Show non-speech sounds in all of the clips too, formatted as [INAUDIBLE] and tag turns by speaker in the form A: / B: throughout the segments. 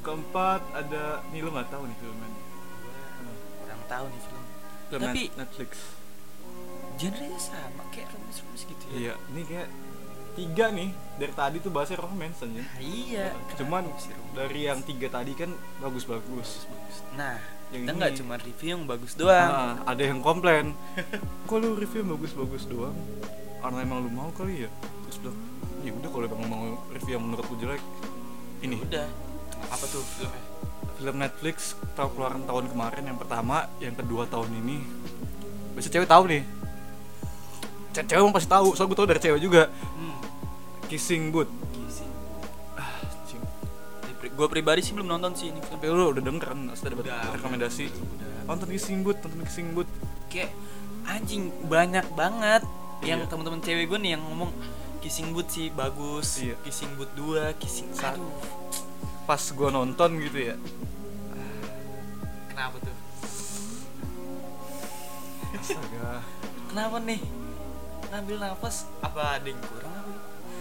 A: keempat ada nih lo nggak tahu nih filmnya nih.
B: Gua kurang tahu nih film
A: Film
B: Tapi-
A: Net- Netflix
B: genre sama kayak romantis-romantis gitu ya
A: iya ini kayak tiga nih dari tadi tuh bahasnya romance anjing
B: Nah, iya kenapa
A: cuman
B: sih romantis?
A: dari yang tiga tadi kan bagus-bagus
B: nah
A: Yang
B: kita nggak
A: ini.
B: cuma review yang bagus doang
A: Ah, ada yang komplain [LAUGHS] kok lu review yang bagus-bagus doang karena emang lu mau kali ya terus bilang ya udah kalau emang mau review yang menurut lu jelek ah, ini
B: Ya udah apa tuh filmnya
A: film Netflix tahun keluaran tahun kemarin yang pertama yang kedua tahun ini biasanya cewek tahu nih Ce- cewek emang pasti tahu soalnya gue tahu dari cewek juga
B: hmm
A: Kissing Booth
B: gizi
A: ah, cing.
B: gue pribadi sih belum nonton sih ini film
A: tapi lu udah denger kan sudah dapat
B: Udah,
A: rekomendasi
B: udah
A: nonton Kissing Booth nonton Kissing Booth
B: kayak anjing banyak banget
A: Iya.
B: yang teman-teman cewek gue nih yang ngomong kissing booth sih bagus
A: Iya.
B: kissing booth 2 kissing
A: Sa-
B: satu
A: pas gue nonton gitu ya
B: kenapa tuh
A: Hmm. astaga
B: kenapa nih ngambil nafas apa ada yang kurang apa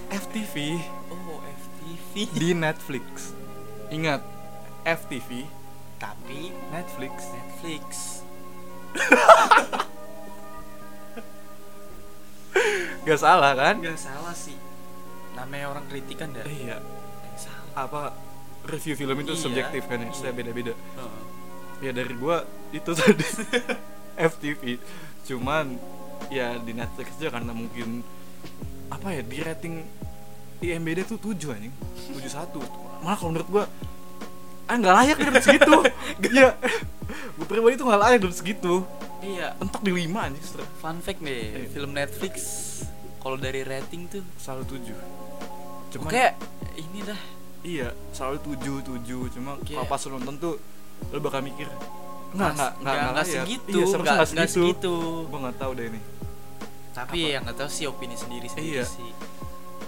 A: FTV
B: oh FTV
A: di Netflix ingat FTV
B: tapi
A: Netflix
B: Iya. Netflix
A: gak salah kan
B: nggak salah sih namanya orang kritikan dah
A: iya
B: Nggak salah
A: apa review film itu
B: Iya.
A: subjektif kan ya saya
B: Iya.
A: beda-beda ya dari gua itu [LAUGHS] tadi FTV cuman ya di Netflix aja karena mungkin apa ya di rating IMDb tuh 7 anjing 71 malah kalau menurut gua ah nggak layak dari segitu ya gue pribadi tuh nggak layak dari segitu
B: iya
A: entok di 5 anjing setelah-
B: fun fact deh
A: Iya.
B: film Netflix kalau dari rating tuh
A: selalu 7 cuman
B: kayak ini dah
A: iya selalu 7 7 cuma
B: Kayak-
A: kalau pas lu nonton tuh lu bakal mikir
B: nggak
A: nggak nggak nggak
B: nggak
A: layak."
B: segitu
A: iya, seharusnya
B: nggak
A: nggak
B: nggak
A: segitu,
B: segitu
A: gue nggak tahu deh ini
B: tapi
A: Apa?
B: yang nggak tahu sih opini sendiri
A: Iya.
B: sendiri sih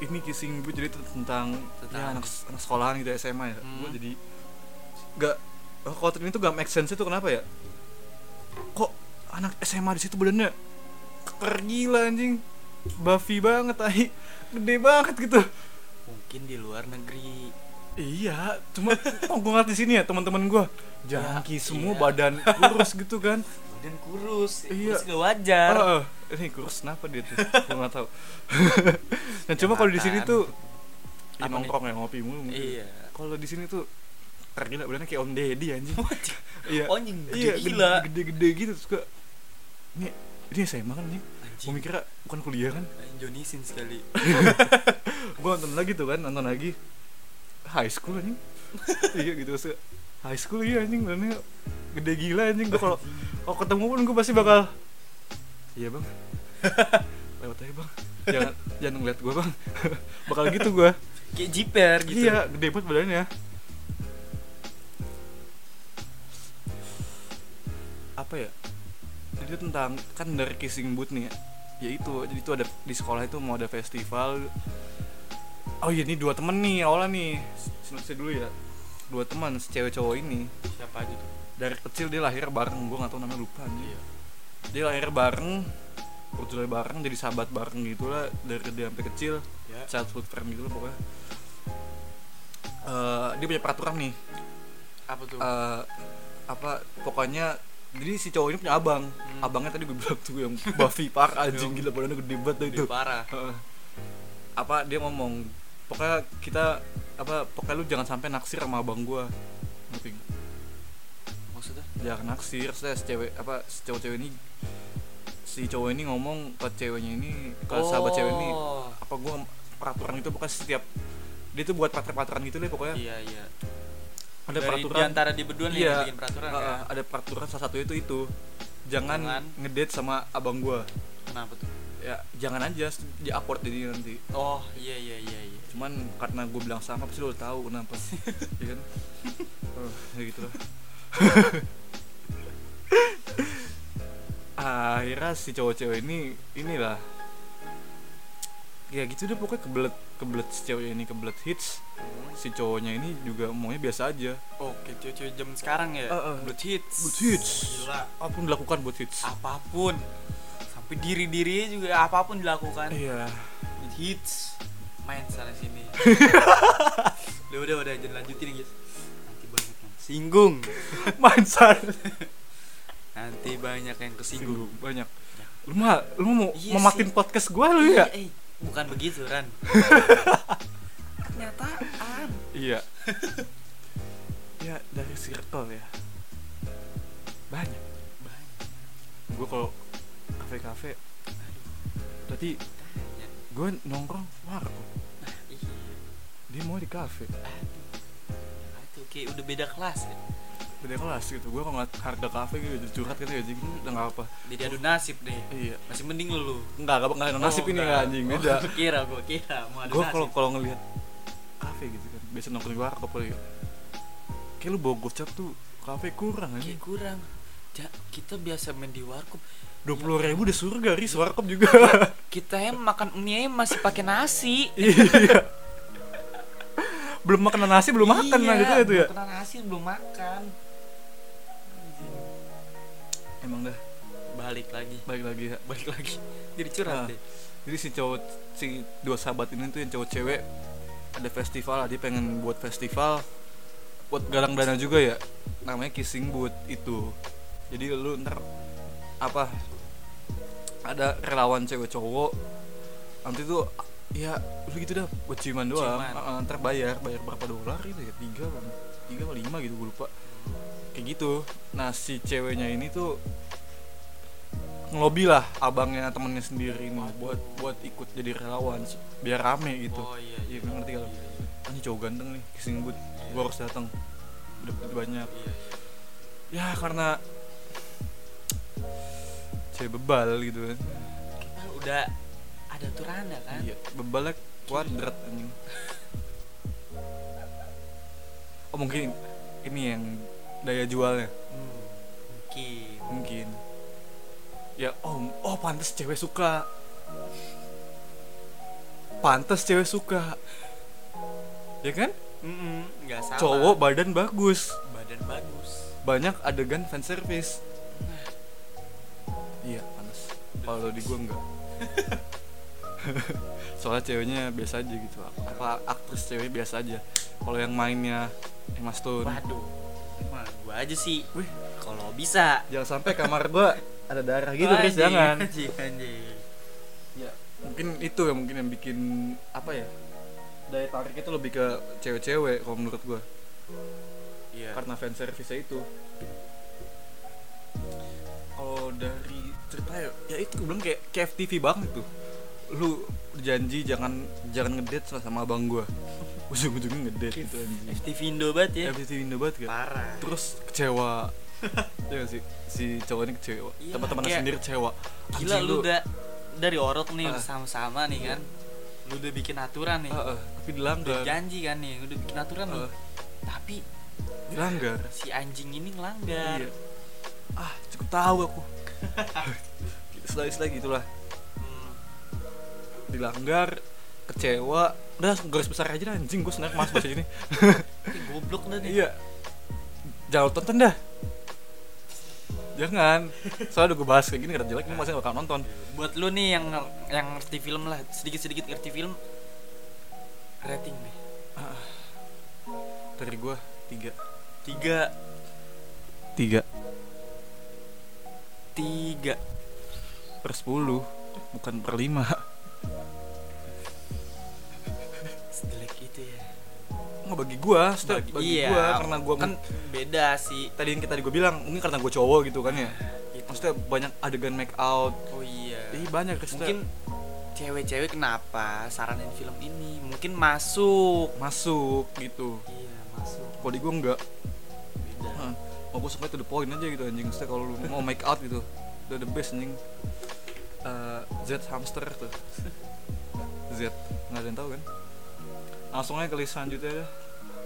A: ini kissing gue jadi tuh tentang, ya,
B: Tentang-
A: anak, anak sekolahan gitu SMA ya
B: Hmm.
A: gue jadi gak oh, kalau ini tuh gak make sense itu kenapa ya kok anak SMA di situ badannya keker gila anjing Buffy banget ahi gede banget gitu
B: mungkin di luar negeri
A: iya
B: [LAUGHS]
A: cuma kok gue ngerti sini ya teman-teman gue jangki
B: Ya,
A: semua
B: iya.
A: badan kurus gitu
B: [LAUGHS]
A: kan
B: badan kurus
A: Iya.
B: kurus gak wajar
A: Oh, oh. ini kurus kenapa dia tuh? Gue nggak tahu. [LAUGHS] nah, cuma kalau di sini
B: makan.
A: tuh ya,
B: Apa
A: nongkrong ya ngopi mulu. mungkin. [LAUGHS]
B: iya
A: Kalau di sini tuh tergila badannya kayak Om Deddy
B: [LAUGHS]
A: anjing.
B: Wajah.
A: iya.
B: anjing gede
A: iya,
B: Oh, gila
A: Gede-gede gitu terus gue ini ini saya makan nih. Gue
B: anjing
A: mikir bukan kuliah kan.
B: Indonesian sekali
A: Gue nonton lagi tuh kan, nonton lagi. High school anjing. iya gitu terus gua, High school iya anjing badannya gede gila anjing. Gue kalau kalau ketemu pun gue pasti bakal iya bang lewat aja bang jangan jangan ngeliat gue bang [LAUGHS] bakal gitu gue
B: kayak jiper gitu
A: iya gede banget badannya apa ya jadi itu tentang kan dari kissing booth nih ya ya itu jadi itu ada di sekolah itu mau ada festival oh iya ini dua temen nih awalnya nih sinopsis dulu ya dua teman si cewek cowok ini
B: siapa aja tuh
A: dari kecil dia lahir bareng gue nggak tahu namanya lupa nih
B: iya
A: dia lahir bareng berjulai bareng jadi sahabat bareng gitu lah dari dia sampai kecil
B: ya
A: childhood friend gitu lah pokoknya Eh, dia punya peraturan nih
B: apa tuh
A: Eh, apa pokoknya jadi si cowok ini punya abang
B: Hmm.
A: abangnya tadi gue bilang tuh yang [LAUGHS] Buffy Park anjing gila badannya gede banget dah itu
B: Dia parah
A: Heeh. apa dia ngomong pokoknya kita apa pokoknya lu jangan sampai naksir sama abang gua ngerti nggak?
B: maksudnya
A: jangan naksir saya si cewek apa si cowok cewek ini si cowok ini ngomong ke ceweknya ini ke sahabat cewek ini
B: Oh,
A: apa gua peraturan itu pokoknya setiap dia tuh buat peraturan-peraturan gitu deh pokoknya
B: iya iya
A: ada
B: Dari di
A: peraturan
B: antara di berdua nih
A: Iya.
B: yang bikin peraturan
A: uh,
B: kan
A: ada peraturan salah satu itu itu jangan,
B: Jangan.
A: ngedate sama abang gua
B: kenapa Nah, tuh
A: ya jangan aja dia upload jadi nanti
B: oh iya iya iya iya
A: cuman karena gue bilang sama pasti lo udah tahu kenapa
B: [LAUGHS]
A: ya kan Eh, ya gitu lah akhirnya si cowok cewek ini inilah ya gitu deh pokoknya kebelet kebelet si cewek ini kebelet hits si cowoknya ini juga maunya biasa aja
B: Oke, cewek-cewek zaman sekarang ya.
A: Eh, eh.
B: Blood hits.
A: Buat hits.
B: Gila.
A: apapun dilakukan buat hits
B: Apapun. Sampai diri-dirinya juga apapun dilakukan.
A: iya [LAUGHS]
B: Blood hits. Main sana sini. udah udah udah jangan lanjutin guys. Nanti
C: singgung
A: Mansar.
C: nanti banyak yang kesinggung
A: Singgung banyak. Lu mah lu mau
B: Iya
A: mau makin
B: sih.
A: podcast gua lu [LAUGHS] ya?
B: Iya, eh, bukan begitu Ran kenyataan
A: Iya. ya dari circle ya. Banyak.
C: banyak
A: Gue kalau kafe-kafe tadi
C: banyak
A: gue nongkrong warung.
C: iya
A: Dia mau di kafe.
C: aduh.
B: oke udah beda kelas ya.
A: Beda kelas gitu. Gue kalau ngeliat harga kafe gitu curhat kan ya jadi udah enggak apa.
B: jadi adu nasib deh
A: Iya.
B: masih mending lu lu
A: Enggak enggak enggak ada nasib ini ya, anjing.
B: [LAUGHS]
A: Beda.
B: gue kira gue kira mau adu
A: gue
B: nasib
A: kalau kalau ngelihat kafe gitu kan biasa nongkrong di warkop kali ya kayak lu bawa gocap tuh kafe kurang
B: Oke,
A: aja
B: kurang Ja- kita biasa main di warkop
A: dua puluh ribu udah surga ris warkop juga
B: kita yang makan mie aja masih pakai nasi
A: [LAUGHS] iya belum makan nasi belum makan
B: Iya,
A: lah gitu ya tuh ya
B: belum kena nasi belum makan
A: emang dah
B: balik lagi
A: balik lagi ya
B: balik lagi jadi curhat
A: Ah.
B: deh
A: jadi si cowok si dua sahabat ini tuh yang cowok cewek ada festival lah dia pengen buat festival buat galang dana juga ya namanya kissing booth itu jadi lu ntar apa ada relawan cewek cowok nanti tuh ya lu gitu dah buat ciuman doang
B: Ciuman.
A: Ah, ah, ntar bayar bayar berapa dolar gitu ya tiga apa tiga apa lima gitu gue lupa kayak gitu nah si ceweknya ini tuh ngelobi lah abangnya temennya sendiri ini buat buat ikut jadi relawan s- biar rame gitu
B: oh iya
A: iya bener ngerti kalau
B: iya,
A: ini cowok ganteng nih kissing booth gue harus datang udah udah banyak
B: iya.
A: ya karena cewek bebal gitu kan
B: kita udah ada turana kan
A: iya bebalnya kuadrat anjing oh mungkin ini yang daya jualnya
B: Hmm, mungkin
A: mungkin ya om oh pantas cewek suka pantas cewek suka ya kan
B: Mm-mm, nggak salah
A: cowok badan bagus
B: badan bagus
A: banyak adegan fan service iya pantas kalau di gua enggak [LAUGHS] soalnya ceweknya biasa aja gitu apa aktris cewek biasa aja kalau yang mainnya Emma Stone
B: waduh Emang gua aja sih
A: Wih.
B: kalau bisa
A: jangan sampai kamar gua ada darah gitu guys
B: Anjing,
A: jangan
B: anjing, anjing.
A: ya mungkin itu yang mungkin yang bikin apa ya daya tarik itu lebih ke cewek-cewek kalau menurut gua
B: iya
A: karena fan service itu kalau dari cerita ya, ya itu gue bilang kayak kayak FTV banget tuh lu janji jangan jangan ngedate sama- sama abang gua [LAUGHS] ujung-ujungnya ngedate gitu anjing
B: FTV Indo banget ya
A: FTV Indo banget gak?
B: parah
A: Eh, terus kecewa
B: [LAUGHS]
A: ya gak sih si cowok ini kecewa
B: Iya,
A: teman-temannya
B: kayak-
A: sendiri kecewa
B: gila
A: Anjing,
B: lu udah dari orok nih
A: Ah.
B: udah sama-sama nih kan lu udah bikin aturan nih
A: Ah, ah, tapi dilanggar
B: udah janji kan nih udah bikin aturan nih
A: Ah,
B: tapi
A: dilanggar
B: si anjing ini ngelanggar
A: Iya. Ah, cukup tahu aku. [LAUGHS] Setelah lagi itulah
B: Hmm,
A: dilanggar, kecewa, udah langsung garis besar aja dah, anjing gue sebenarnya mas bahasa [LAUGHS] ini.
B: ini goblok dah nih
A: iya. Jangan lu tonton dah. Jangan. Soalnya udah gue bahas kayak gini karena jelek ini masih bakal nonton.
B: buat lu nih yang yang ngerti film lah sedikit sedikit ngerti film rating nih
A: Dari gue tiga.
B: tiga
A: Tiga
B: tiga
A: per sepuluh, bukan per [LAUGHS] lima.
B: sedelek itu ya
A: Nggak bagi gue, bagi, bagi
B: iya
A: gue karena gue
B: kan beda sih
A: tadi yang tadi gue bilang mungkin karena gue cowok gitu kan ya.
B: Itu.
A: Maksudnya banyak adegan make out.
B: oh iya
A: Ih banyak
B: mungkin
A: Krista.
B: cewek-cewek kenapa saranin film ini mungkin masuk
A: masuk gitu.
B: iya masuk
A: kalau di gue enggak
B: beda
A: Heeh. mau gue suka to the point aja gitu anjing Maksudnya kalau lu mau make out gitu udah the best anjing Eh, Z hamster tuh Z nggak ada yang tahu kan langsung aja ke list selanjutnya dah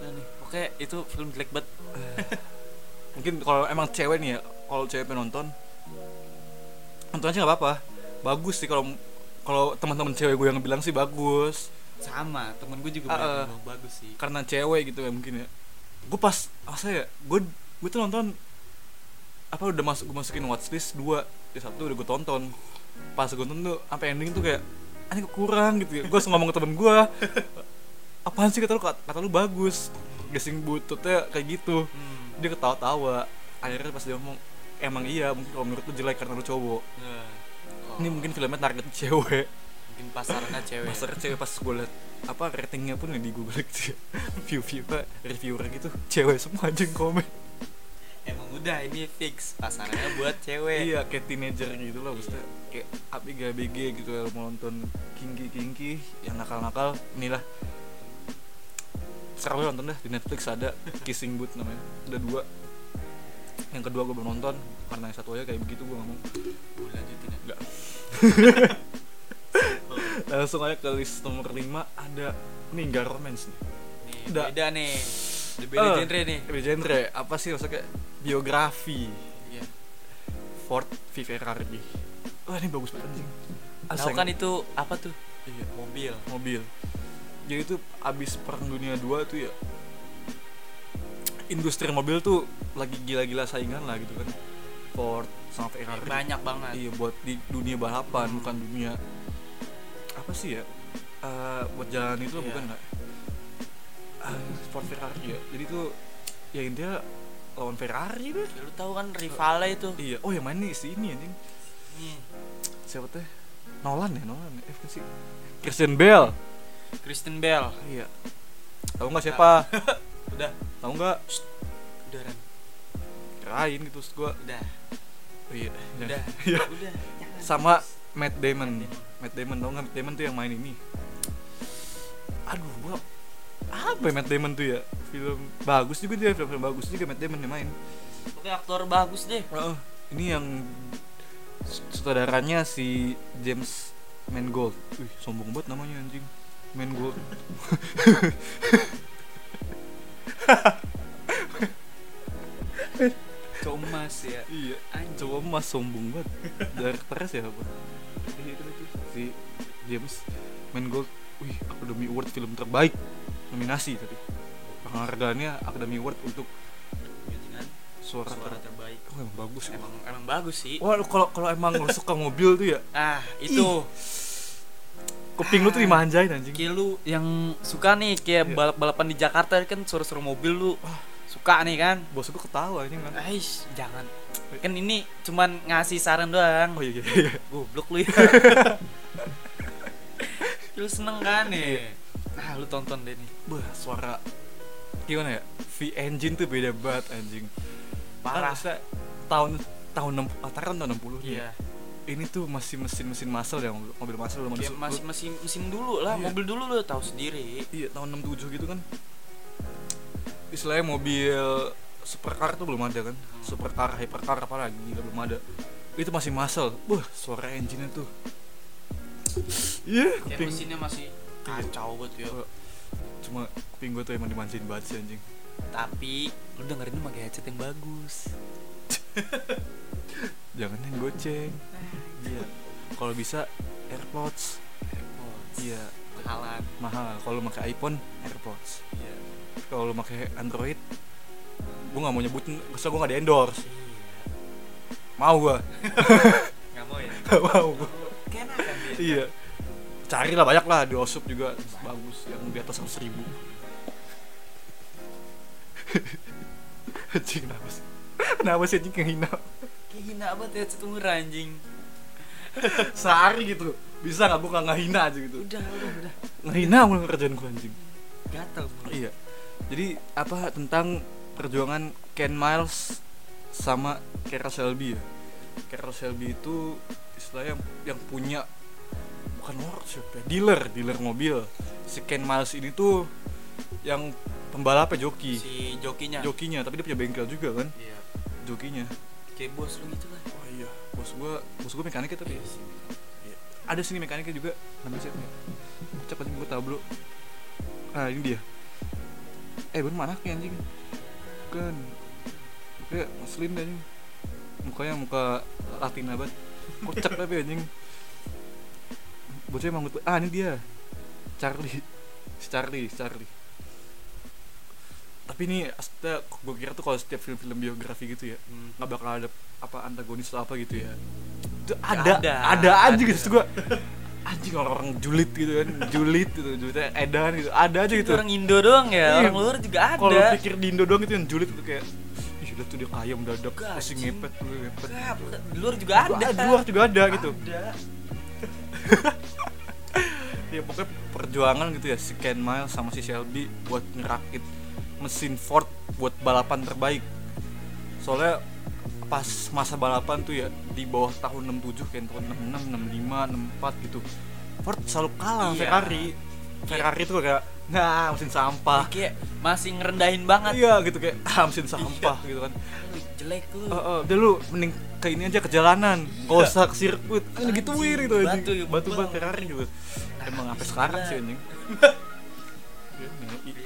B: Udah nih oke itu film jelek banget
A: mungkin kalau emang cewek nih ya kalau cewek penonton nonton aja nggak apa-apa bagus sih kalau kalau teman-teman cewek gue yang bilang sih bagus
B: sama temen gue
A: Ah,
B: juga banyak
A: ah.
B: yang bilang bagus sih
A: karena cewek gitu ya mungkin ya gue pas apa ya gue gue tuh nonton apa udah masuk gue masukin watchlist dua di satu udah gue tonton pas gue nonton tuh sampai ending tuh kayak anjing kok kurang gitu ya gue langsung ngomong ke temen gue apaan sih kata lu kata lu bagus gasing bututnya kayak gitu
B: Hmm.
A: dia ketawa-tawa akhirnya pas dia ngomong emang iya mungkin kalau menurut lu jelek karena lu cowok
C: Nah, oh,
A: ini mungkin filmnya target cewek
C: mungkin pasarnya cewek
A: Master cewek pas gue liat apa ratingnya pun yang di Google gitu ya. [LAUGHS] view view apa reviewer gitu cewek semua aja yang komen
C: emang udah ini fix pasarnya buat cewek
A: iya kayak teenager gitu loh maksudnya kayak abg abg gitu ya mau nonton kinki kinki yang nakal nakal inilah sekarang lu nonton dah di Netflix ada Kissing Booth namanya ada dua yang kedua gue belum nonton karena yang satu aja kayak begitu gue ngomong [LAUGHS]
C: Mau lanjutin ya?
A: Enggak. langsung aja ke list nomor 5 ada nih nggak romance nih
C: nih
A: Udah.
C: beda nih Udah beda
A: Eh.
C: genre nih
A: Tapi genre apa sih maksudnya kayak biografi
C: iya
A: Ford V Ferrari wah ini bagus banget anjing
C: tahu
A: Aseng.
C: kan itu apa tuh
A: Iya.
C: mobil
A: mobil jadi tuh abis perang dunia 2 tuh ya industri mobil tuh lagi gila-gila saingan lah gitu kan Ford sama Ferrari
B: banyak banget
A: iya buat di dunia balapan
B: Hmm.
A: bukan dunia apa sih ya Eh, buat jalan itu
B: Iya.
A: bukan nggak Ah, Ford Ferrari ya jadi tuh ya intinya lawan Ferrari deh
B: lu tahu kan rivalnya itu
A: iya oh yang main nih si ini anjing
B: Nih,
A: siapa teh Nolan ya Nolan ya eh bukan sih Christian Bale
B: Kristen Bell
A: Iya. Tahu nggak [LAUGHS] siapa?
B: Udah.
A: Tahu nggak?
C: udah Ran.
A: Kirain gitu terus gua.
C: udah
A: Oh, iya.
C: udah
A: Iya.
C: udah jangan.
A: Sama Matt Damon. Matt Damon tau nggak? Matt Damon tuh yang main ini. Aduh gua apa ya Matt Damon tuh ya film bagus juga dia film-film bagus juga Matt Damon yang main.
B: oke aktor bagus deh
A: Heeh. Ini yang saudaranya si James Mangold. Wih, sombong banget namanya anjing. Mangold.
C: comas ya
A: iya.
C: anjing
A: Coba mas sombong banget Direkturnya siapa? Iya, itu lagi. Si James Mangold Wih, Academy Award film terbaik Nominasi tadi Penghargaannya Academy Award untuk
C: Gitu kan?
A: suara,
C: suara
A: ter-
C: terbaik
A: Oh, emang bagus ya.
B: emang emang bagus sih
A: Wah, lu kalau kalau emang lu suka mobil tuh ya,
B: ah itu
A: kuping lu tuh dimanjain anjing.
B: kayak lu yang suka nih kayak
A: Iya.
B: balap-balapan di Jakarta kan suruh-suruh mobil lu suka nih kan
A: Bos gua ketawa anjing kan.
B: Aish, jangan kan ini cuman ngasih saran doang
A: Oh iya, iya.
B: goblok
A: [LAUGHS]
B: lu ya lu seneng kan nih nah lu tonton deh nih
A: Bah, suara gimana ya? V engine tuh beda banget anjing. Kan
B: parah
A: maksudnya tahun tahun 60 ah, tahun 60 nih. ya.
B: iya
A: ini tuh masih mesin-mesin masal ya mobil, mobil masal lu
B: Kayak
A: masuk-
B: Iya, masih masih mesin dulu
A: oh.
B: lah
A: Iya.
B: mobil dulu lu tahu sendiri
A: iya tahun 67 gitu kan istilahnya mobil supercar tuh belum ada kan supercar hypercar apalagi gila belum ada itu masih masal wah suara engine tuh iya
B: kayak
A: kuping-
B: mesinnya masih kacau banget ya
A: Iya. cuma kuping gue tuh emang dimanjain banget sih anjing
B: tapi lu dengerin pakai headset yang bagus
A: jangan yang goceng iya kalau bisa airpods iya
C: halan
A: mahal kalau lu pakai iPhone airpods
C: iya
A: kalau lu pakai Android gue nggak mau nyebutin soalnya gue nggak di endorse mau gue
C: nggak mau ya
A: [LAUGHS] nggak mau gua.
C: kena kan dia
A: iya carilah banyak lah di osup juga bagus yang di atas seratus ribu [LAUGHS] anjing kenapa sih kenapa sih anjing ngehina
B: kayak hina banget headset murah anjing
A: sehari gitu bisa nggak gue nggak ngehina aja gitu
B: udah udah udah
A: ngehina mulu kerjaan gue anjing
B: gatel mulu
A: iya jadi apa tentang perjuangan Ken Miles sama Kara Shelby ya Kara Shelby itu istilahnya yang, yang punya bukan workshop ya dealer dealer mobil si Ken Miles ini tuh yang pembalapnya joki
B: si jokinya
A: jokinya tapi dia punya bengkel juga kan
B: iya
A: jokinya
B: kayak bos lu gitu lah
C: kan.
A: oh iya bos gua bos gua mekaniknya tapi
B: Iya sih.
A: ada sini mekaniknya juga namanya siapa ya cepat gue tablo nah ini dia eh bener mana kayak anjing bukan kayak muslim deh anjing mukanya muka latin banget kocak [LAUGHS] tapi anjing bocah emang betul ah ini dia Charlie si Charlie si Charlie tapi ini astaga gue kira tuh kalau setiap film-film biografi gitu ya
B: Hmm.
A: nggak bakal ada apa antagonis atau apa gitu ya itu ada
B: Nggak
A: ada,
B: ada.
A: aja gitu Terus gua anjing orang-orang julid gitu kan julid gitu julidnya edan gitu ada aja
B: Itu
A: gitu
B: orang Indo doang ya,
A: Iya.
B: orang luar juga ada.
A: kalau lu pikir di Indo doang itu yang julid itu kayak gila tuh dia ayam dadak
C: Gak,
A: pasti
C: anjing.
A: ngepet lu ngepet
C: Gap, di luar juga ada.
A: ada di luar juga ada gitu
C: Ada.
A: ya pokoknya perjuangan gitu ya si Ken Miles sama si Shelby buat ngerakit mesin Ford buat balapan terbaik soalnya pas masa balapan tuh ya di bawah tahun 67 kayak tahun 66, 65, 64 gitu Ford selalu kalah sama
C: Iya.
A: Ferrari Ferrari tuh kayak nah mesin sampah
C: Dia Kayak masih ngerendahin banget.
A: iya gitu kayak ah, mesin sampah
C: Iya.
A: gitu kan
C: Lu jelek lu.
A: Eh, eh, udah lu mending ke ini aja ke jalanan gak usah ke sirkuit kan
C: Anjing,
A: digituin gitu
C: Iya.
A: anjing.
C: batu Nah, iya. ya,
A: batu ban
C: bang.
A: Ferrari juga emang sampai sekarang sih
C: [LAUGHS]
A: anjing Ini, i-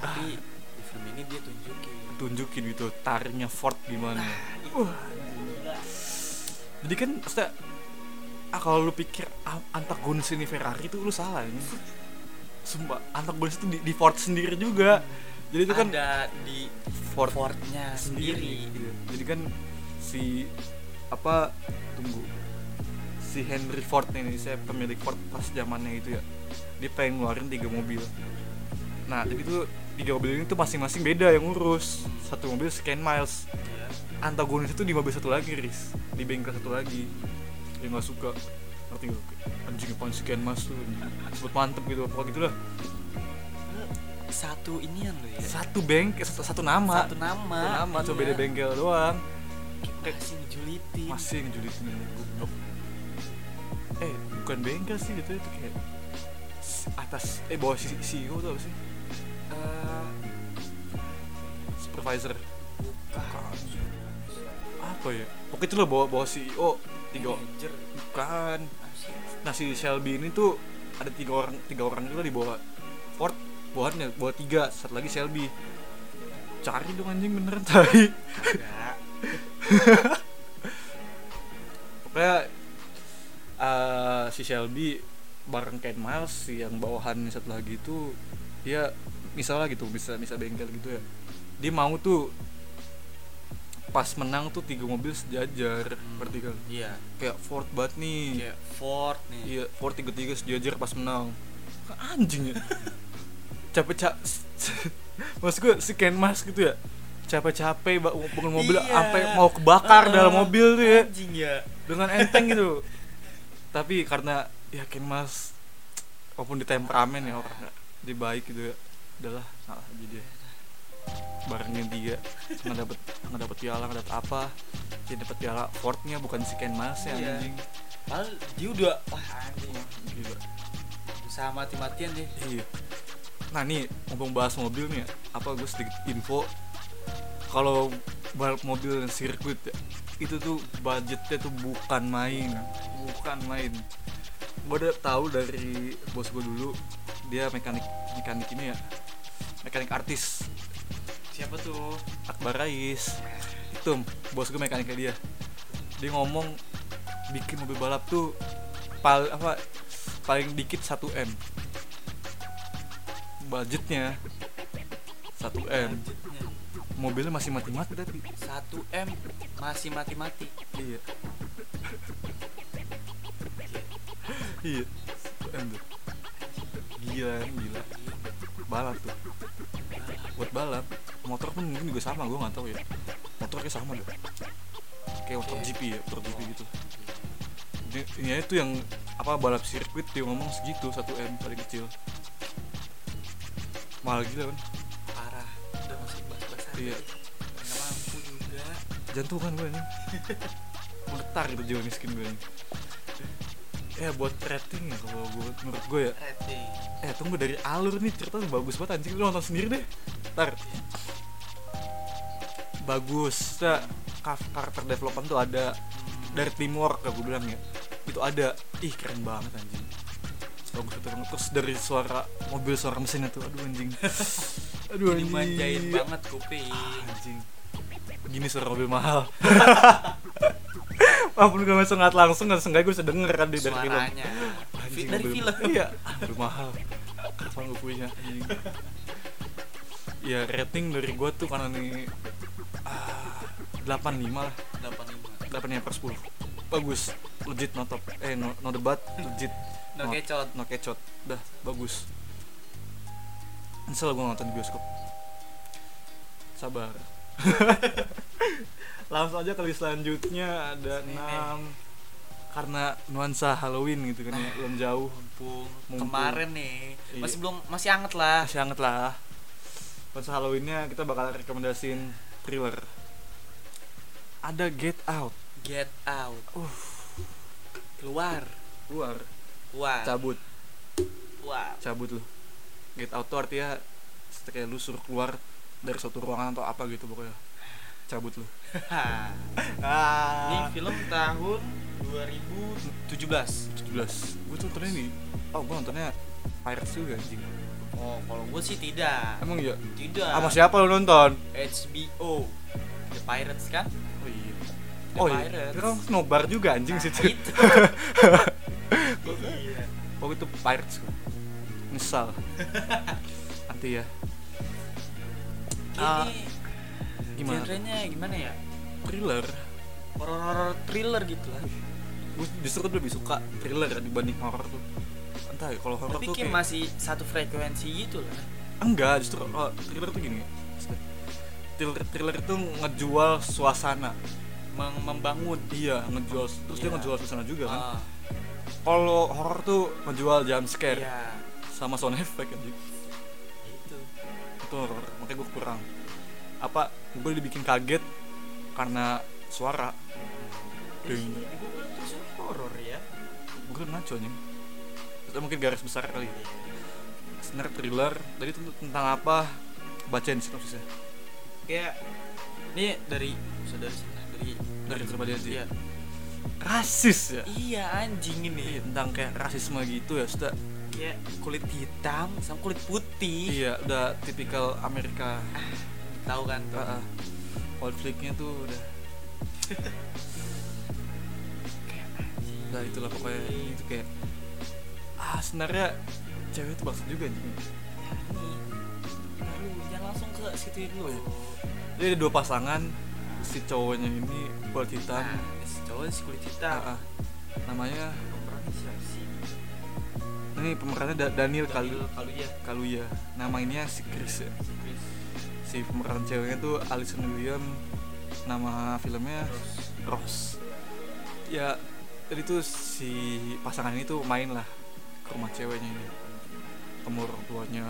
C: Tapi di film ini dia tunjukin.
A: tunjukin gitu tarinya Ford gimana
C: Nah.
A: Wah. jadi kan maksudnya ah, kalau lu pikir ah, antagonis ini Ferrari tuh lu salah ini sumpah antagonis itu di, di Ford sendiri juga
C: Hmm.
A: jadi itu kan
C: ada di
A: Ford,
C: Fordnya sendiri.
A: gitu. Jadi kan si apa tunggu si Henry Ford ini saya pemilik Ford pas zamannya itu ya dia pengen ngeluarin tiga mobil nah jadi tuh tiga mobil ini tuh masing-masing beda yang ngurus satu mobil scan miles antagonis itu di mobil satu lagi Riz di bengkel satu lagi yang nggak suka ngerti gak anjing apaan si Ken Miles tuh sebut mantep gitu apa gitu lah
C: Lu
A: iya.
C: Satu inian lo ya.
A: satu bengkel satu, satu nama
C: Satu nama.
A: satu nama cuma
C: Iya.
A: beda bengkel doang
C: Kayak masih ngejulitin.
A: masih ngejulitin ini goblok eh bukan bengkel sih gitu. itu itu kayak s- atas eh bawah si CEO tuh apa sih
C: Eh,
A: supervisor apa ya pokoknya itu loh bawah bawah CEO E tiga
C: manager.
A: bukan
C: Apa
A: [LAUGHS]
C: sih?
A: nah si Shelby ini tuh ada tiga orang tiga orang juga di bawah Ford bawahannya bawa tiga satu lagi Shelby cari dong anjing beneran [LAUGHS] tadi
C: Enggak.
A: pokoknya eh, si Shelby bareng Ken Miles si yang bawahan satu lagi itu dia misalnya gitu bisa bisa bengkel gitu ya dia mau tuh pas menang tuh tiga mobil sejajar berarti kan
C: Iya.
A: kayak Ford banget nih
B: Iya.
C: Kayak Ford nih.
A: iya Ford tiga tiga sejajar pas menang Kan anjing ya capek cap maksud gue si Ken Miles gitu ya capek-capek ba- bangun mobil
C: Iya.
A: sampai mau kebakar dalam
C: Ah,
A: mobil tuh ya
C: Anjing ya.
A: dengan enteng gitu tapi karena yakin mas walaupun di temperamen ya orang di baik gitu ya udahlah salah aja dia barengin dia nggak dapet nggak dapet piala nggak dapet apa dia dapet piala Fordnya bukan si Ken Mas ya
C: Iya.
A: anjing Gitu.
C: Padahal dia udah wah anjing.
A: gila
C: Usaha mati-matian deh.
A: iya nah nih ngomong bahas mobil nih ya, apa gue sedikit info kalau balap mobil dan sirkuit ya, itu tuh budgetnya tuh bukan main bukan main gue udah tahu dari bos gue dulu dia mekanik mekanik ini ya mekanik artis
C: Siapa tuh?
A: Akbar Rais itu bos gue mekaniknya dia dia ngomong bikin mobil balap tuh pal apa paling dikit 1 m budgetnya 1 m
C: Budgetnya.
A: mobilnya masih mati-mati tapi
C: 1 M masih mati-mati.
A: iya iya 1 m tuh gila kan, gila balap tuh buat balap motor pun mungkin juga sama gue nggak tahu ya motor kayak sama deh kayak motor
C: Oke.
A: GP ya motor GP gitu Di- ini itu yang apa balap sirkuit dia ngomong segitu 1 m paling kecil mahal gila kan
C: Parah. Udah masuk bahas-bahas aja.
A: Iya.
C: Nggak mampu juga.
A: jantungan gue nih Meletar gitu jiwa miskin gue nih ya buat rating ya kalau gue menurut gue ya
C: Rating.
A: eh tunggu dari alur nih cerita tuh bagus banget anjing lu nonton sendiri deh ntar bagus Nah, kar- karakter development tuh
C: Hmm.
A: ada dari teamwork kayak gue bilang ya itu ada ih keren banget anjing bagus banget terus dari suara mobil suara mesinnya tuh aduh anjing [LAUGHS] aduh
C: Ini
A: anjing
C: manjain banget kuping.
A: Ah, anjing gini suara mobil [LAUGHS] mahal walaupun gue masih ngeliat langsung nggak sengaja gue bisa denger kan di dari film
C: Suaranya. Fi- Dari
A: mobil-
C: film.
A: [LAUGHS] iya mobil mahal kapan gue punya anjing. ya rating dari gue tuh karena nih ah, delapan lima lah
C: 85.
A: delapan lima per sepuluh bagus legit no top eh no, no debat legit
C: No kecot.
A: no kecot dah bagus Nyesel gue nonton di bioskop Sabar [LAUGHS] Langsung aja kali selanjutnya ada
B: Sini nih.
A: 6 Karena nuansa Halloween gitu kan ya Belum jauh
B: Mumpung,
A: Mumpung.
B: kemarin nih
A: Iya.
B: masih belum masih anget lah
A: Masih anget lah Nuansa Halloweennya kita bakal rekomendasiin thriller Ada Get Out
B: get out
A: Uh.
B: keluar
A: Keluar
B: keluar
A: Cabut
B: [LAUGHS] keluar
A: Cabut lu Get Out tuh artinya Kayak lu suruh keluar dari suatu ruangan atau apa gitu pokoknya Cabut lu
B: ini
A: Ah.
B: film tahun 2017
A: 17 Gue nontonnya di Oh gue nontonnya Pirates juga anjing
B: oh kalau gue sih tidak
A: Emang iya?
B: tidak
A: Sama siapa lu nonton?
B: HBO The Pirates kan
A: Oh iya
B: The
A: Oh iya
B: Pirates.
A: Dia kan nobar juga anjing
B: Nah,
A: situ
B: itu. iya
A: Oh itu Pirates gua. [LAUGHS] Nyesal Nanti ya Ah,
B: ini
A: Gimana?
B: genrenya gimana ya
A: Thriller
B: horror horror thriller gitu lah
A: Gue justru tuh lebih suka thriller dibanding horror tuh Entah ya kalau horror
B: tapi
A: tuh
B: kayak
A: kayak
B: masih satu frekuensi gitu lah
A: Enggak justru kalau thriller tuh gini Thriller, thriller tuh ngejual suasana
B: Mem- membangun
A: Iya ngejual Terus dia
B: Iya.
A: ngejual suasana juga kan
B: Ah,
A: Kalau horror tuh ngejual jump scare
B: iya gitu.
A: sama sound effect kan
B: itu
A: itu horror makanya gue kurang apa gue dibikin kaget karena suara ding
B: ibu kan tuh horor ya
A: gue kan ngaco nih Terus mungkin garis besar kali ya. sebenarnya thriller tadi itu tentang apa bacain sinopsisnya
B: kayak ini dari saudara sana dari
A: eh, dari Surabaya aja
B: iya
A: rasis ya
B: iya anjing
A: Iya,
B: ini
A: tentang kayak rasisme gitu ya sudah
B: kayak kulit hitam sama kulit putih
A: iya udah tipikal Amerika
B: tahu kan tuh
A: Ah, ah. konfliknya tuh udah
B: kayak anjing
A: udah Nah, itulah pokoknya itu kayak ah sebenarnya cewek itu maksud juga anjing
B: Nyanyi. Lalu jangan langsung ke situ ya dulu
A: Oh, Jadi ada dua pasangan si cowoknya ini kulit hitam,
B: nah si cowok si kulit hitam
A: iya. ah, ah. namanya
B: pemerannya siapa sih
A: ini pemerannya Da- Daniel Kalu
B: Daniel Kaluuya
A: Kaluya, nama ininya si Chris ya. Si pemeran ceweknya tuh Alison William, nama filmnya Rose. Ya jadi tuh si pasangan ini tuh main lah ke rumah ceweknya ini, ke rumah orang tuanya.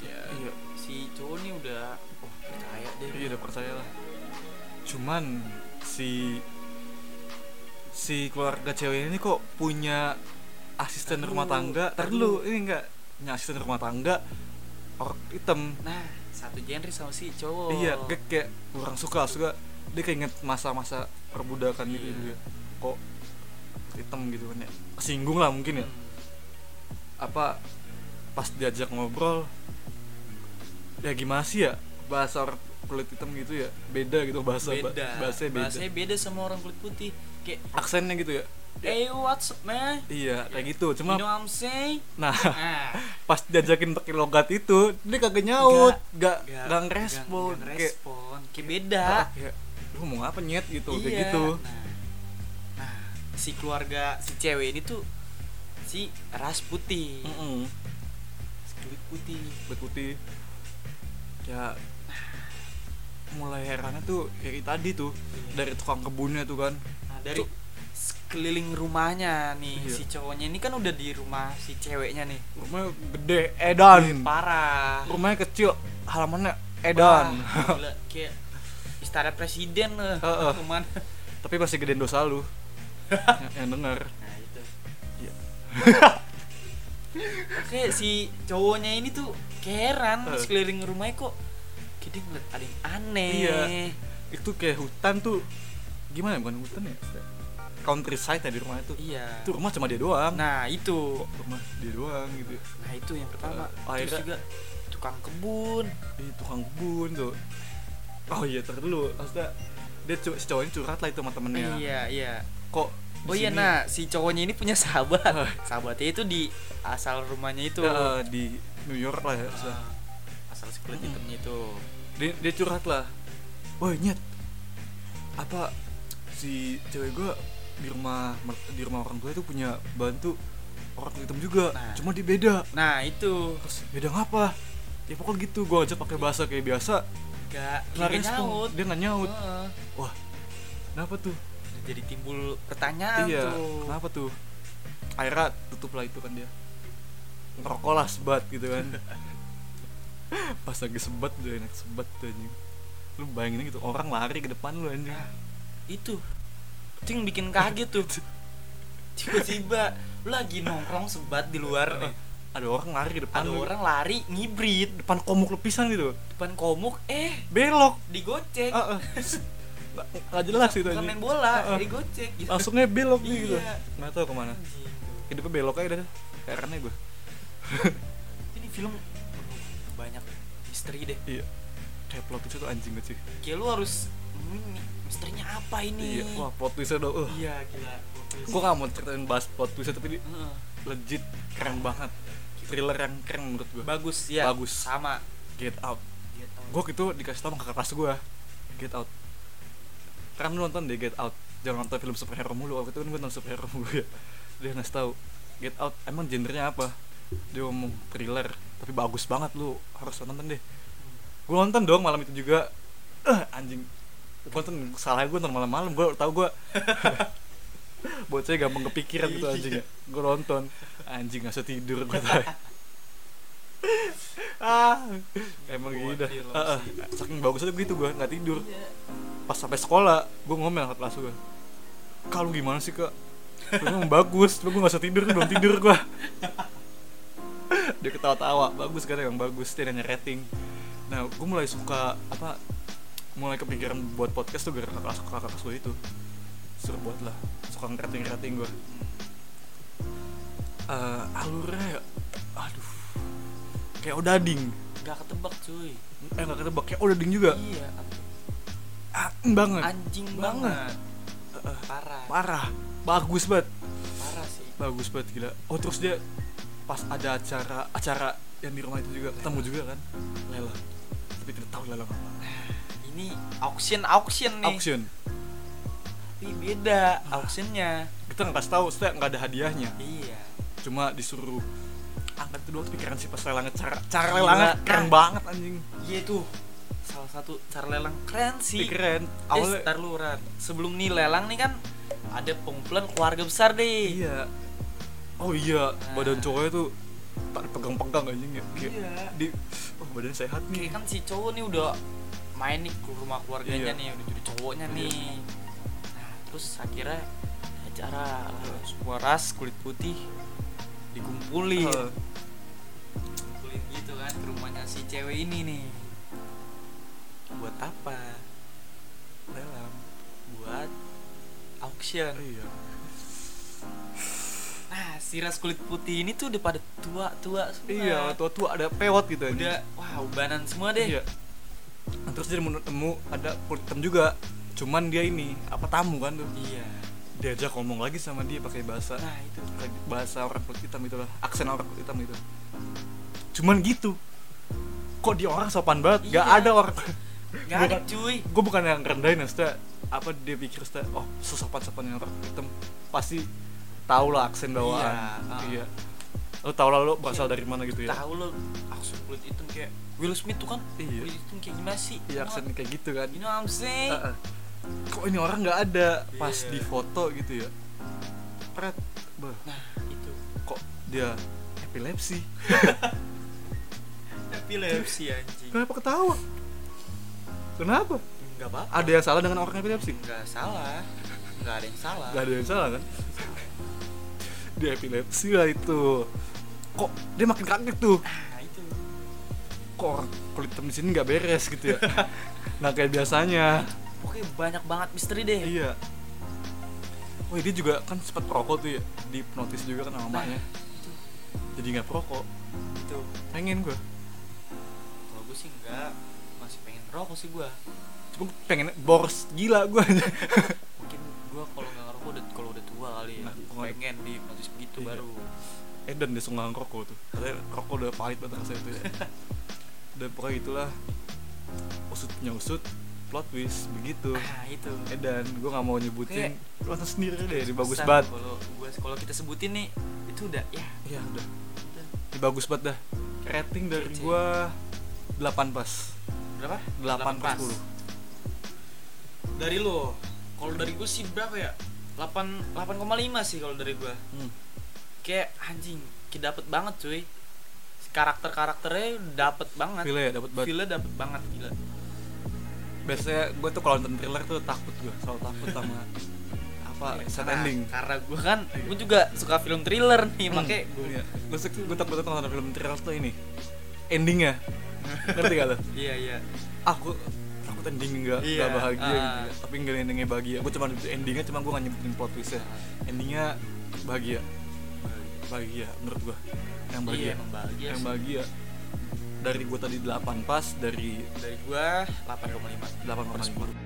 A: Iya,
B: si cowok nih udah wah percaya deh
A: Iya udah percaya lah. Cuman si si keluarga cewek ini kok punya asisten
B: Tar
A: rumah
B: dulu,
A: tangga.
B: tar
A: Terlalu ini enggak punya asisten rumah tangga orang hitam.
B: nah satu genre sama si cowok
A: Iya, gue kayak kurang suka suka dia keinget masa-masa perbudakan gitu
B: Iya.
A: juga. Kok hitam gitu kan ya. Kesinggung lah
B: Hmm,
A: mungkin ya. Apa pas diajak ngobrol ya gimana sih ya bahasa orang kulit hitam gitu ya beda gitu bahasa ba-
B: beda
A: bahasanya beda
B: Bahasanya beda sama orang kulit putih kayak
A: aksennya gitu ya
B: hey what's up man
A: iya kayak gitu
B: you
A: cuma
B: know what I'm
A: [LAUGHS]
B: saying
A: nah
B: ah
A: pas diajakin pakai logat itu dia kagak nyaut gak
B: nggak-
A: gak ngerespon
B: nggak
A: kayak
B: ngerespon kayak beda
A: "Ah, ya, lu mau apa nyet gitu kayak
B: Iya.
A: gitu
B: nah, nah, si keluarga si cewek ini tuh si ras putih
A: Mm-mm.
B: si kulit putih
A: kulit putih ya mulai herannya tuh kayak tadi tuh
B: Iya.
A: dari tukang kebunnya tuh kan
B: nah, dari sekeliling rumahnya nih
A: Iya.
B: si cowoknya ini kan udah di rumah si ceweknya nih
A: rumahnya gede edan
B: Iya, parah
A: rumahnya kecil halamannya edan
B: Wah, gila, kayak istana presiden lah
A: Heeh.
B: cuman
A: [LAUGHS] tapi masih gedein dosa
B: [LAUGHS]
A: lu yang, yang denger
B: nah itu
A: Iya.
B: [LAUGHS] oke si cowoknya ini tuh keheran
A: Eh.
B: sekeliling rumahnya kok kayak dia ngeliat ada yang aneh
A: Iya. itu kayak hutan tuh gimana ya, bukan hutan ya countryside ya di rumah itu
B: iya
A: itu rumah cuma dia doang
B: nah itu
A: Kok rumah dia doang gitu ya.
B: nah itu yang pertama
A: Eh,
B: terus
A: akhirnya-
B: juga tukang kebun
A: Ih, tukang kebun tuh oh iya ntar dulu maksudnya dia cu- si cowok ini curhat lah itu sama temennya
B: iya iya
A: kok di
B: oh iya
A: sini,
B: nah si cowoknya ini punya sahabat
A: Eh.
B: sahabatnya itu di asal rumahnya itu
A: eh, Hmm. di New York lah ya maksudnya.
B: Ah, asal si kulit
A: Mm-mm.
B: hitamnya itu
A: dia, dia curhat lah woi nyet apa si cewek gua di rumah di rumah orang tua itu punya bantu orang hitam juga
B: Nah.
A: cuma dia beda
B: nah itu
A: terus beda ngapa ya pokoknya gitu gue aja pakai bahasa kayak biasa
B: Gak
A: lari
B: nyaut. Oh.
A: dia nggak nyaut
B: Heeh.
A: wah kenapa tuh
B: Jadi timbul pertanyaan
A: iya
B: tuh.
A: kenapa tuh akhirnya tutup lah itu kan dia ngerokok lah sebat gitu
B: [LAUGHS]
A: kan pas lagi sebat tuh enak sebat tuh anjing lu bayangin gitu orang lari ke depan lu anjing
B: Itu Cing bikin kaget tuh Tiba-tiba Lu lagi nongkrong sebat di luar
A: Iya.
B: nih
A: ada orang lari ke depan
B: Ada
A: lu.
B: orang lari ngibrit
A: depan komuk lu pisan gitu
B: Depan komuk Eh
A: belok
B: digocek
A: Ah, ah. Nggak- nggak jelas gitu
B: Eh. Bukan
A: anjing
B: main bola
A: Heeh.
B: Digocek gitu
A: langsungnya belok nih gitu
B: Iya.
A: nggak tahu kemana
B: Anjing.
A: hidupnya belok aja dah herannya gue
B: Ini film Banyak misteri deh
A: iya kayak plot itu tuh anjing banget sih
B: Kayak lu harus ini, misterinya apa ini?
A: iya wah plot twistnya dong uh.
B: Iya, gila. Bagus.
A: gue gak mau ceritain bahas plot twistnya tapi ini
B: Heeh.
A: legit keren banget thriller yang keren menurut gue
B: Bagus ya.
A: Bagus.
B: Sama.
A: Get Out gue gitu dikasih tau sama kakak kelas gue Get Out keren lu nonton deh Get Out jangan nonton film superhero mulu waktu itu kan gue nonton superhero mulu ya dia ngasih tau Get Out emang gendernya apa dia ngomong thriller tapi bagus banget lu harus nonton deh gue nonton dong malam itu juga eh anjing gue nonton salah gue nonton malam-malam gue tau gue [LAUGHS] bocahnya gampang kepikiran gitu anjing gue nonton anjing nggak usah tidur gue ah emang
B: Buat
A: gitu dah
B: film
A: Heeh. saking bagusnya tuh gitu gue nggak tidur
B: Iya.
A: pas sampai sekolah gue ngomel ke kelas gue kalau gimana sih kak Emang bagus, gue gak usah tidur, belum tidur gue Dia ketawa-tawa, bagus kan yang bagus, dia nanya rating Nah, gue mulai suka, apa Mulai kepikiran buat podcast tuh gara-gara kelas kakak kelas gue itu Suruh buat lah, suka ngerating-rating gue Eh, Alurnya ya, aduh Kayak odading
B: Gak ketebak, cuy.
A: Eh gak ketebak, kayak odading juga
B: Iya,
A: ah, banget
B: anjing
A: Banget. Eh,
B: banget.
A: eh,
B: Parah.
A: Parah, bagus banget
B: Parah sih.
A: bagus banget gila oh terus dia pas ada acara acara yang di rumah itu juga ketemu juga kan Lela tapi tidak tahu Lela apa
B: Ini auction auction nih.
A: auction
B: Tapi beda auctionnya.
A: kita nggak kasih tahu saya nggak ada hadiahnya
B: Iya.
A: cuma disuruh angkat itu doang tapi keren sih pas lelangan cara cara lelangan
B: Gila.
A: keren banget anjing
B: Iya tuh. Salah satu cara lelang keren
A: Tapi
B: sih.
A: Iya, keren
B: Awalnya... Eh,
A: awalnya
B: ntar lu, Ran. Sebelum nih lelang nih kan ada pengumpulan keluarga besar deh.
A: iya oh iya badan
B: Nah.
A: cowoknya tuh tak dipegang-pegang anjing ya kayak
B: Iya.
A: di oh badan sehat nih
B: Kayak kan si cowok nih udah main nih ke rumah
A: Iya.
B: keluarganya nih, udah jadi cowoknya
A: Iya.
B: nih. Nah, terus akhirnya ada acara lah, semua ras kulit putih dikumpulin.
A: Eh,
B: Dikumpulin gitu kan ke rumahnya si cewek ini nih. Buat apa?
A: lelang
B: Buat auction.
A: iya
B: Nah, si ras kulit putih ini tuh udah pada tua-tua semua.
A: iya tua-tua ada pewot gitu anjing.
B: Nah. udah wah ubanan semua deh.
A: Iya. Nah, Terus dia menurut temu ada kulit hitam juga. Cuman dia ini apa tamu kan tuh.
B: Iya.
A: Diajak ngomong lagi sama dia pakai bahasa
B: Nah,
A: [LAUGHS]
B: itu.
A: kayak bahasa orang kulit hitam itulah, aksen orang kulit hitam itu. Cuman gitu. Kok dia orang sopan banget? Gak
B: Iya.
A: ada orang. [LAUGHS]
B: Gak ada cuy.
A: Gue bukan yang rendahin maksudnya apa dia pikir maksudnya, oh sesopan sopannya orang kulit hitam pasti tau lah aksen bawaan.
B: Iya, ah.
A: Iya.
B: Iya.
A: Lo tau lah lo berasal dari mana gitu ya?
B: tahu lo aksen kulit hitam kayak Will Smith tuh kan
A: Iya.
B: kulit hitam kayak gimana sih
A: Iya aksen kayak gitu kan.
B: you know what I'm saying
A: Heeh. kok ini orang nggak ada pas
B: Iya.
A: di foto gitu ya pret bah,
B: nah
A: ah.
B: itu
A: kok dia epilepsi
B: epilepsi anjing
A: kenapa ketawa kenapa
B: nggak apa
A: ada yang salah dengan orang epilepsi
B: nggak salah nggak ada yang salah
A: nggak ada yang salah kan dia epilepsi lah itu kok dia makin kaget tuh
B: nah itu
A: kok orang kulit hitam di sini nggak beres gitu [LAUGHS] ya nah kayak biasanya
B: pokoknya banyak banget misteri deh
A: iya Woi dia juga kan sempat perokok tuh ya di notis juga kan sama mamanya jadi nggak perokok
B: itu
A: pengen gue
B: Gitu. kalau gue sih nggak masih pengen rokok sih gue
A: cuma pengen boros gila gue
B: mungkin gue kalau nggak ngerokok udah kalau udah tua kali ya
A: Nah, gua nggak-
B: pengen di notis begitu
A: Iya.
B: baru
A: Eden dia suka ngerokok tuh katanya rokok udah pahit banget rasanya itu ya dan pokoknya itulah usutnya usut plot twist begitu
B: nah itu
A: Edan gue nggak mau nyebutin
B: Kayak-
A: lu nonton sendiri deh di Iya, bagus
B: Pesan
A: banget
B: kalau gua kalau kita sebutin nih itu udah ya
A: ya udah
B: udah
A: di bagus banget dah rating dari gue 8 pas
B: berapa
A: 8 per
B: pas. dari lo kalau dari gue sih berapa ya 8 8,5 sih kalau dari gue
A: 10 hmm.
B: kayak anjing kayak dapet banget cuy karakter karakternya dapet banget
A: Feel ya dapat banget
B: feel dapet banget gila
A: biasanya gue tuh kalau nonton thriller tuh takut gue soal takut
B: [LAUGHS]
A: sama apa
B: Iya,
A: set
B: karena-
A: ending
B: karena gue [LAUGHS] kan gue juga suka film thriller nih makanya gue
A: Iya. gue suka- gue takut banget nonton film thriller tuh ini endingnya ngerti gak lo
B: iya iya
A: aku takut ending nggak
B: Iya,
A: nggak bahagia
B: ah.
A: gitu. tapi nggak ada endingnya bahagia gue cuma endingnya cuma gue nggak nyebutin plot twistnya endingnya bahagia bahagia menurut gue yang
B: iya
A: bahagia
B: emang bahagia
A: yang
B: sih.
A: bahagia dari gue tadi 8 pas dari
B: dari gue
A: 8
B: 8,5
A: per 10